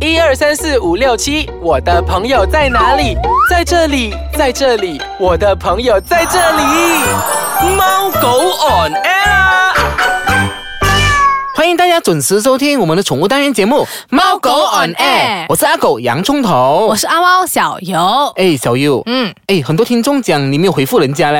一二三四五六七，我的朋友在哪里？在这里，在这里，我的朋友在这里。猫狗 on air 啊！欢迎大家准时收听我们的宠物单元节目《猫狗 on air 我是阿狗洋葱头，我是阿猫小游。哎小优，嗯，哎很多听众讲你没有回复人家 嘞，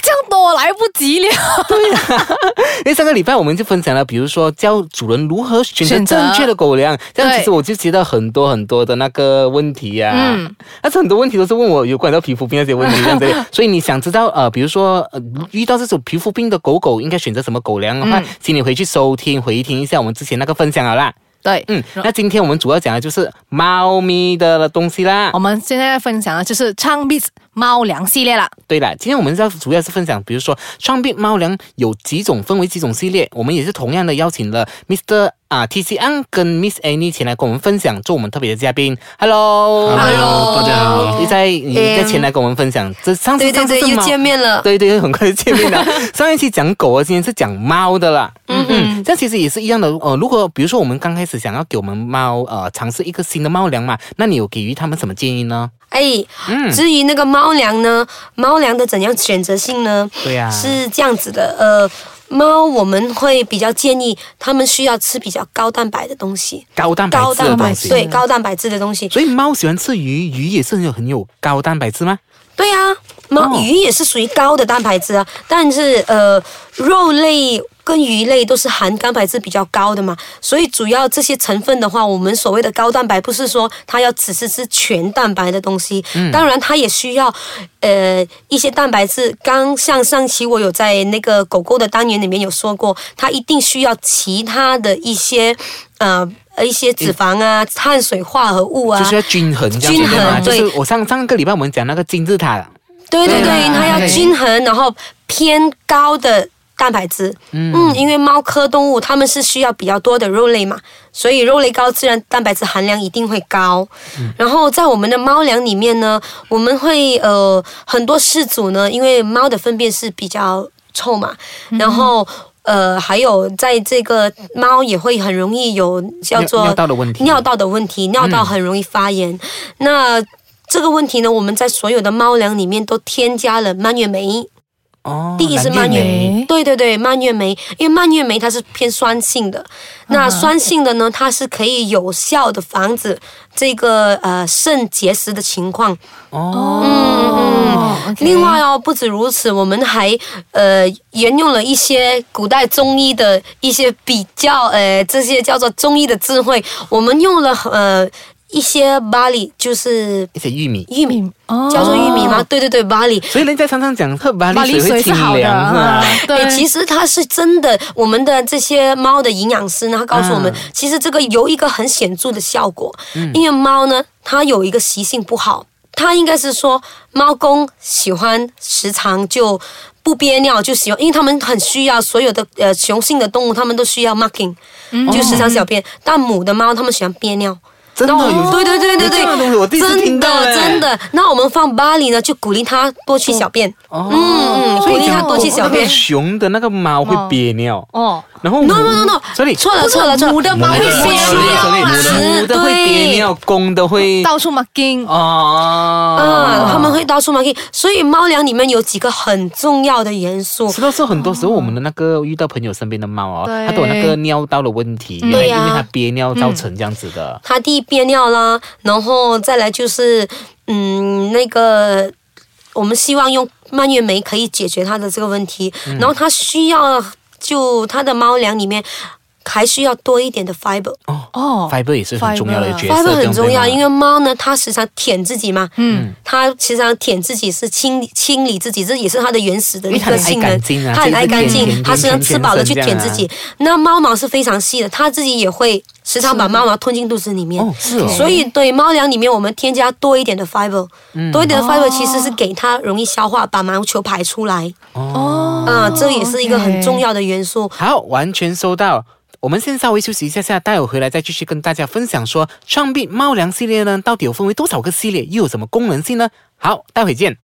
这样多来不及了。 因哎为上个礼拜我们就分享了，比如说教主人如何选择选择正确的狗粮，这样对其实我就接到很多很多的那个问题呀、嗯但是很多问题都是问我有关到皮肤病那些问题这 样子，所以你想知道呃，比如说呃遇到这种皮肤病的狗狗应该选择什么狗粮的话，嗯请你回去收听回听一下我们之前那个分享好啦。对，嗯，那今天我们主要讲的就是猫咪的东西啦我。们现在要分享的就是昌 b 猫粮系列了。对了，今天我们要主要是分享，比如说双臂猫粮有几种，分为几种系列。我们也是同样的邀请了 Mr. 啊 T C N 跟 Miss Annie 前来跟我们分享，做我们特别的嘉宾。Hello，, Hello，大家好你在你在前来跟我们分享，这上次对对上次对，是又猫见面了。对对，很快就见 面了。上一期讲狗啊，今天是讲猫的啦。嗯嗯，这样其实也是一样的。呃，如果比如说我们刚开始想要给我们猫呃尝试一个新的猫粮嘛，那你有给予他们什么建议呢？哎，嗯至于那个猫粮呢，猫粮的怎样选择性呢？对呀、是这样子的，呃，猫我们会比较建议它们需要吃比较高蛋白的东西，高蛋白高质的蛋东白西。对高蛋白质的东西。所以猫喜欢吃鱼，鱼也是很有很有高蛋白质吗？对啊，哦猫鱼也是属于高的蛋白质啊，但是呃，肉类跟鱼类都是含蛋白质比较高的嘛，所以主要这些成分的话，我们所谓的高蛋白，不是说它要只是吃全蛋白的东西，嗯当然它也需要呃一些蛋白质。刚像上期我有在那个狗狗的单元里面有说过，它一定需要其他的一些呃。呃一些脂肪啊、碳水化合物啊，就是要均衡这样子均衡对吗？就对是我上上个礼拜我们讲那个金字塔，对对对对，啦它要对均衡，然后偏高的蛋白质。嗯因为猫科动物它们是需要比较多的肉类嘛，所以肉类高，自然蛋白质含量一定会高。嗯然后在我们的猫粮里面呢，我们会呃很多饲主呢，因为猫的粪便是比较臭嘛，嗯然后。呃，还有在这个猫也会很容易有叫尿做尿道的问题嗯尿道的问题，尿道很容易发炎。那这个问题呢，我们在所有的猫粮里面都添加了蔓越莓。哦，第一是蓝蔓莓越莓对对对，蔓越莓，因为蔓越莓它是偏酸性的，那酸性的呢，它是可以有效的防止这个呃肾结石的情况。嗯哦，哦，OK 另外哦，不止如此，我们还呃沿用了一些古代中医的一些比较呃这些叫做中医的智慧，我们用了呃一些巴里，就是一些玉米。玉米，哦叫做玉米吗？对对对，巴里。所以人家常常讲喝巴马黎铃水会水清是好的，凉啊哦啊。诶对，哎其实它是真的，我们的这些猫的营养师呢，他告诉我们，嗯其实这个有一个很显著的效果，因为猫呢，它有一个习性不好，它应该是说猫公喜欢时常就。不憋尿就喜欢，因为它们很需要所有的呃雄性的动物，它们都需要 marking，、就时常小便。但母的猫它们喜欢憋尿，嗯真的有对对对对有这对，样的东西我第一次听到哎真的真的。那我们放巴黎呢，就鼓励它多去小便。哦，嗯嗯所以鼓励它讲多去小哦那个便熊的那个猫会憋尿，哦，然后 No no no no，所以错了错了错了，母的猫会母的憋啊母的是母的会憋尿，公的会到处 marking，哦，啊，他们会到处 marking，所以猫粮里面有几个很重要的元素。是不是很多时候我们的那个遇到朋友身边的猫哦，对它都有那个尿道的问题，原来嗯对因呀为它憋尿造成这样子的。它第一憋尿啦，然后再来就是，嗯，那个我们希望用蔓越莓可以解决它的这个问题，嗯然后它需要就它的猫粮里面还需要多一点的 fiber。哦 fiber 也是很重要的角色，发 fiber 色嗯很重要，因为为猫呢，它时常舔自己嘛，嗯，它时常舔自己是清理清理自己，这也是它的原始的因为一它很个爱性干能净啊，它很爱干就是舔舔净，它时常吃饱了去舔自啊己。那猫毛是非常细的，它自己也会时常把猫毛吞进肚子里面。哦，是哦，所以，对猫粮里面我们添加多一点的 fiber，、多一嗯点的 fiber 其实是给它容易消化，把毛球排出来。哦啊、这也是一个很要。重要的元素。好，完全收到。我们先稍微休息一下下，待会回来再继续跟大家分享说，创币猫粮系列呢到底有分为多少个系列，又有什么功能性呢？好，待会见。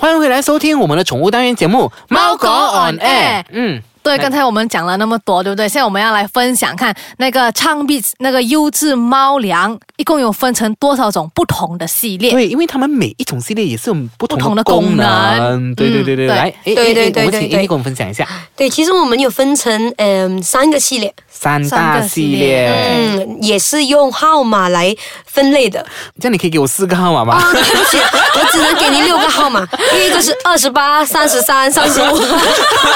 欢迎回来收听我们的宠物单元节目《猫狗 on air 嗯，对，刚才我们讲了那么多，对不对？现在我们要来分享看那个唱币那个优质猫粮，一共有分成多少种不同的系列？对，因为他们每一种系列也是有不同不同的功功能对对嗯对对，对来，诶对诶对诶对我们对请对 Amy 跟我们分享一下对，其实我们有分成嗯、三个系列，三三大个系系列列，嗯，也是用号码来分类的。这样你可以给我四个号码吗？啊，对不起，我只能给你六个号码，因为一个是二十八、三十三、三十 五。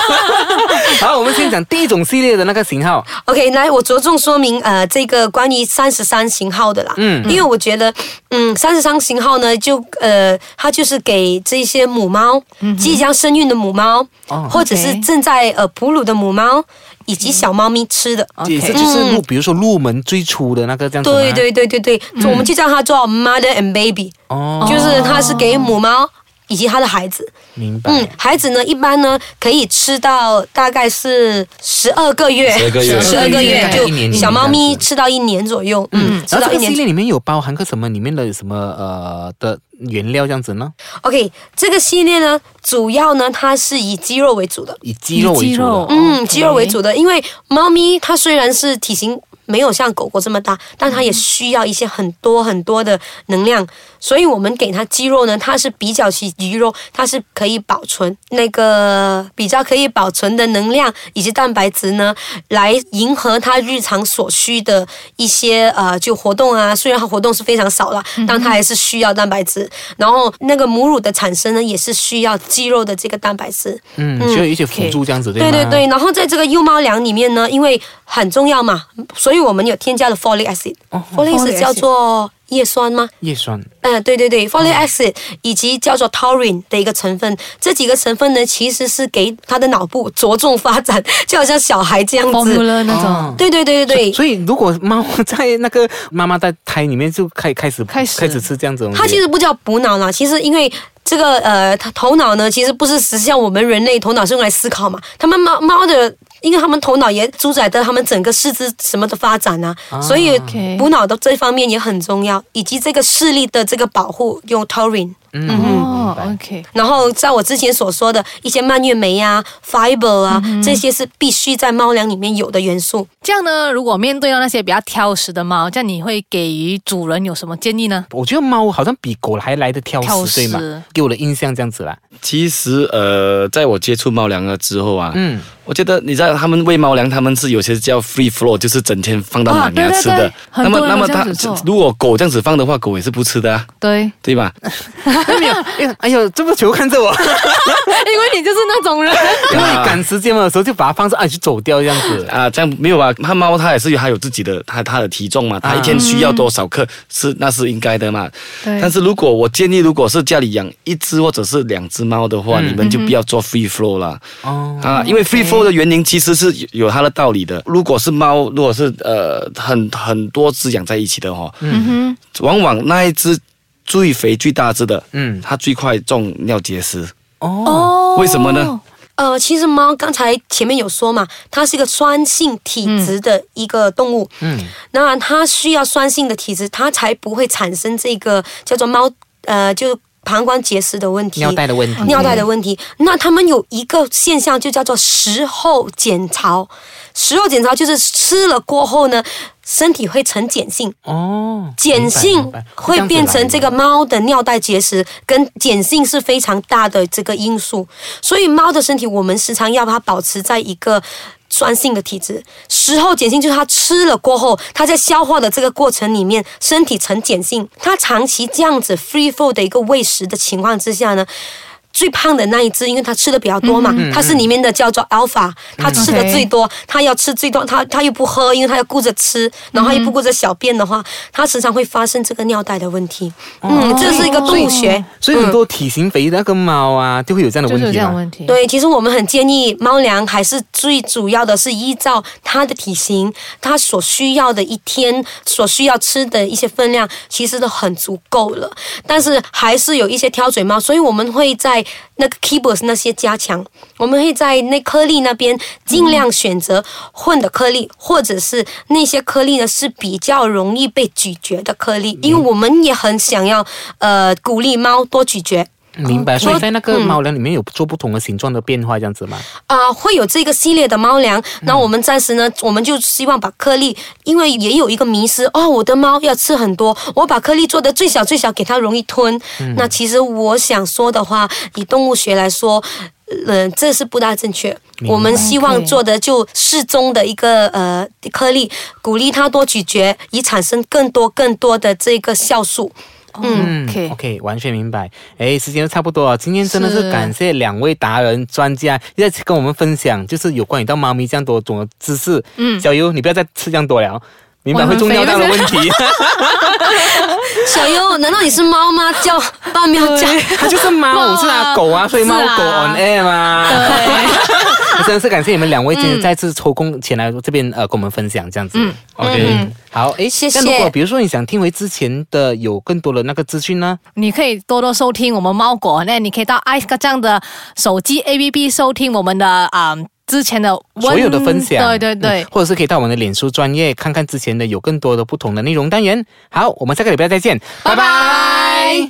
好，我们先讲第一种系列的那个型号， OK，来，我着重说明呃这个关于三十三型号的啦，嗯，因为我觉得，嗯，三十三型号呢，就呃，它就是给这些母猫，即将生孕的母猫，哦或者是 OK 正在呃哺乳的母猫，以及小猫咪吃的。也是就是入，比如说入门最初的那个这样子吗对，对对对对，就我们就叫它做 mother and baby，、哦，就是它是给母猫以及它的孩子。明白。嗯，孩子呢，一般呢可以吃到大概是十二个月， 12个月十二个大月概一年就小猫这咪样子吃到一年左右，嗯，吃然后这到一个系年。列里面有包含个什么里面的什么呃的原料这样子呢？ OK，这个系列呢，主要呢它是以鸡肉为主的，以鸡肉为主哦的，嗯，鸡肉为主的，因为猫咪它虽然是体型没有像狗狗这么大，但它也需要一些很多很多的能量，所以我们给它鸡肉呢，它是比较起鱼肉，它是可以保存那个比较可以保存的能量以及蛋白质呢，来迎合它日常所需的一些呃就活动啊，虽然它活动是非常少了，但它还是需要蛋白质。然后那个母乳的产生呢，也是需要鸡肉的这个蛋白质。嗯，需要一些辅助这样子，对对吗？对对，然后在这个幼猫粮里面呢，因为很重要嘛，所以我们有添加了 folic acid。folic 哦 folic acid acid 叫做叶酸吗？叶酸，嗯、对对对，folic acid 以及叫做 taurine 的一个成分，这几个成分呢，其实是给他的脑部着重发展，就好像小孩这样子。 formula 那种。对对对对对。所以如果猫在那个妈妈在胎里面就开开始开始吃这样子的东西，它其实不叫补脑啦，其实因为这个呃，它头脑呢，其实不是实像我们人类头脑是用来思考嘛，它们猫猫的。因为它们头脑也主宰着它们整个四肢什么的发展啊，所以 OK 补脑的这方面也很重要，以及这个视力的这个保护用 taurine，嗯明哦白，OK，然后在我之前所说的一些蔓越莓啊、fiber 啊，这些是必须在猫粮里面有的元素。这样呢，如果面对到那些比较挑食的猫，这样你会给予主人有什么建议呢？我觉得猫好像比狗还来的挑食，挑食对吗？给我的印象这样子啦。其实呃，在我接触猫粮了之后啊，嗯，我觉得你知道他们喂猫粮，他们是有些叫 free flow，就是整天放到啊满牙对对吃的对。很多人都这样它子做如果狗这样子放的话，狗也是不吃的啊，对，对吧？哎呦哎呦，哎呦，这么球看着我， 因为你就是那种人，因为赶时间嘛的时候就把它放着，哎，就走掉这样 子。啊，这样没有啊，它猫它也是有它有自己的它它的体重嘛，它一天需要多少克是那是应该的嘛。对但是如果我建议，如果是家里养一只或者是两只猫的话，嗯你们就不要做 free flow 啦。哦，啊，因为 free flow 的原因其实是有有它的道理嗯的。如果是猫，如果是呃很很多只养在一起的哦，嗯往往那一只最肥最大只的，嗯，它最快中尿结石。哼，哦，哦为什么呢？呃，其实猫刚才前面有说嘛，它是一个酸性体质的一个动物，嗯，那它需要酸性的体质，它才不会产生这个叫做猫呃，就膀胱结石的问题。尿袋的问题，尿袋的问题，那他们有一个现象就叫做食后减潮。食后减潮就是吃了过后呢，身体会呈碱性，哦，碱性明白明白会变成这个猫的尿袋结石，跟碱性是非常大的这个因素。所以猫的身体，我们时常要把它保持在一个。酸性的体质，食后碱性就是它吃了过后，它在消化的这个过程里面，身体呈碱性。它长期这样子 free f o l 的一个喂食的情况之下呢，最胖的那一只，因为它吃的比较多嘛，嗯它是里面的叫做 alpha，它吃的 OK 最多，它要吃最多，它它又不喝，因为它要顾着吃，然后它又嗯不顾着小便的话，它时常会发生这个尿袋的问题。嗯，这是一个动物学。哦所以很多体型肥的那个猫啊，就会有这样的就问是题有嘛。这样的问题。对，其实我们很建议猫粮还是最主要的是依照它的体型，它所需要的一天所需要吃的一些分量，其实都很足够了。但是还是有一些挑嘴猫，所以我们会在那个 keyboards 那些加强，我们会在那颗粒那边尽量选择混的颗粒，或者是那些颗粒呢是比较容易被咀嚼的颗粒，因为我们也很想要呃鼓励猫多咀嚼。明白。所以在那个嗯猫粮里面有做不同的形状的变化，这样子嘛。啊、会有这个系列的猫粮。嗯那我们暂时呢，我们就希望把颗粒，因为也有一个迷失哦，我的猫要吃很多，我把颗粒做的最小最小，给它容易吞。嗯那其实我想说的话，以动物学来说。嗯、这是不大正确。明白我们希望 OK 做的就适中的一个呃颗粒，鼓励它多咀嚼，以产生更多更多的这个酵素。嗯，OK， OK，完全明白。哎，时间都差不多了，今天真的是是感谢两位达人专家一直跟我们分享，就是有关于到猫咪这样多种的知识。嗯，小优，你不要再吃这样多了，明白我会很中尿道的问题。小优，难道你是猫吗？ 叫半喵叫。 它就是猫，是啊，狗啊，所以猫是啊狗 on air 嘛。 真的是感谢你们两位今天再次抽空前来这边呃跟我们分享这样子。OK，好，嗯哎，谢谢那如果比如说你想听回之前的有更多的那个资讯呢？你可以多多收听我们猫果，那你可以到 i c e 这样的手机 APP 收听我们的啊、嗯之前的所有的分享，对对对嗯，或者是可以到我们的脸书专业看看之前的有更多的不同的内容单元。好，我们下个礼拜再见，拜拜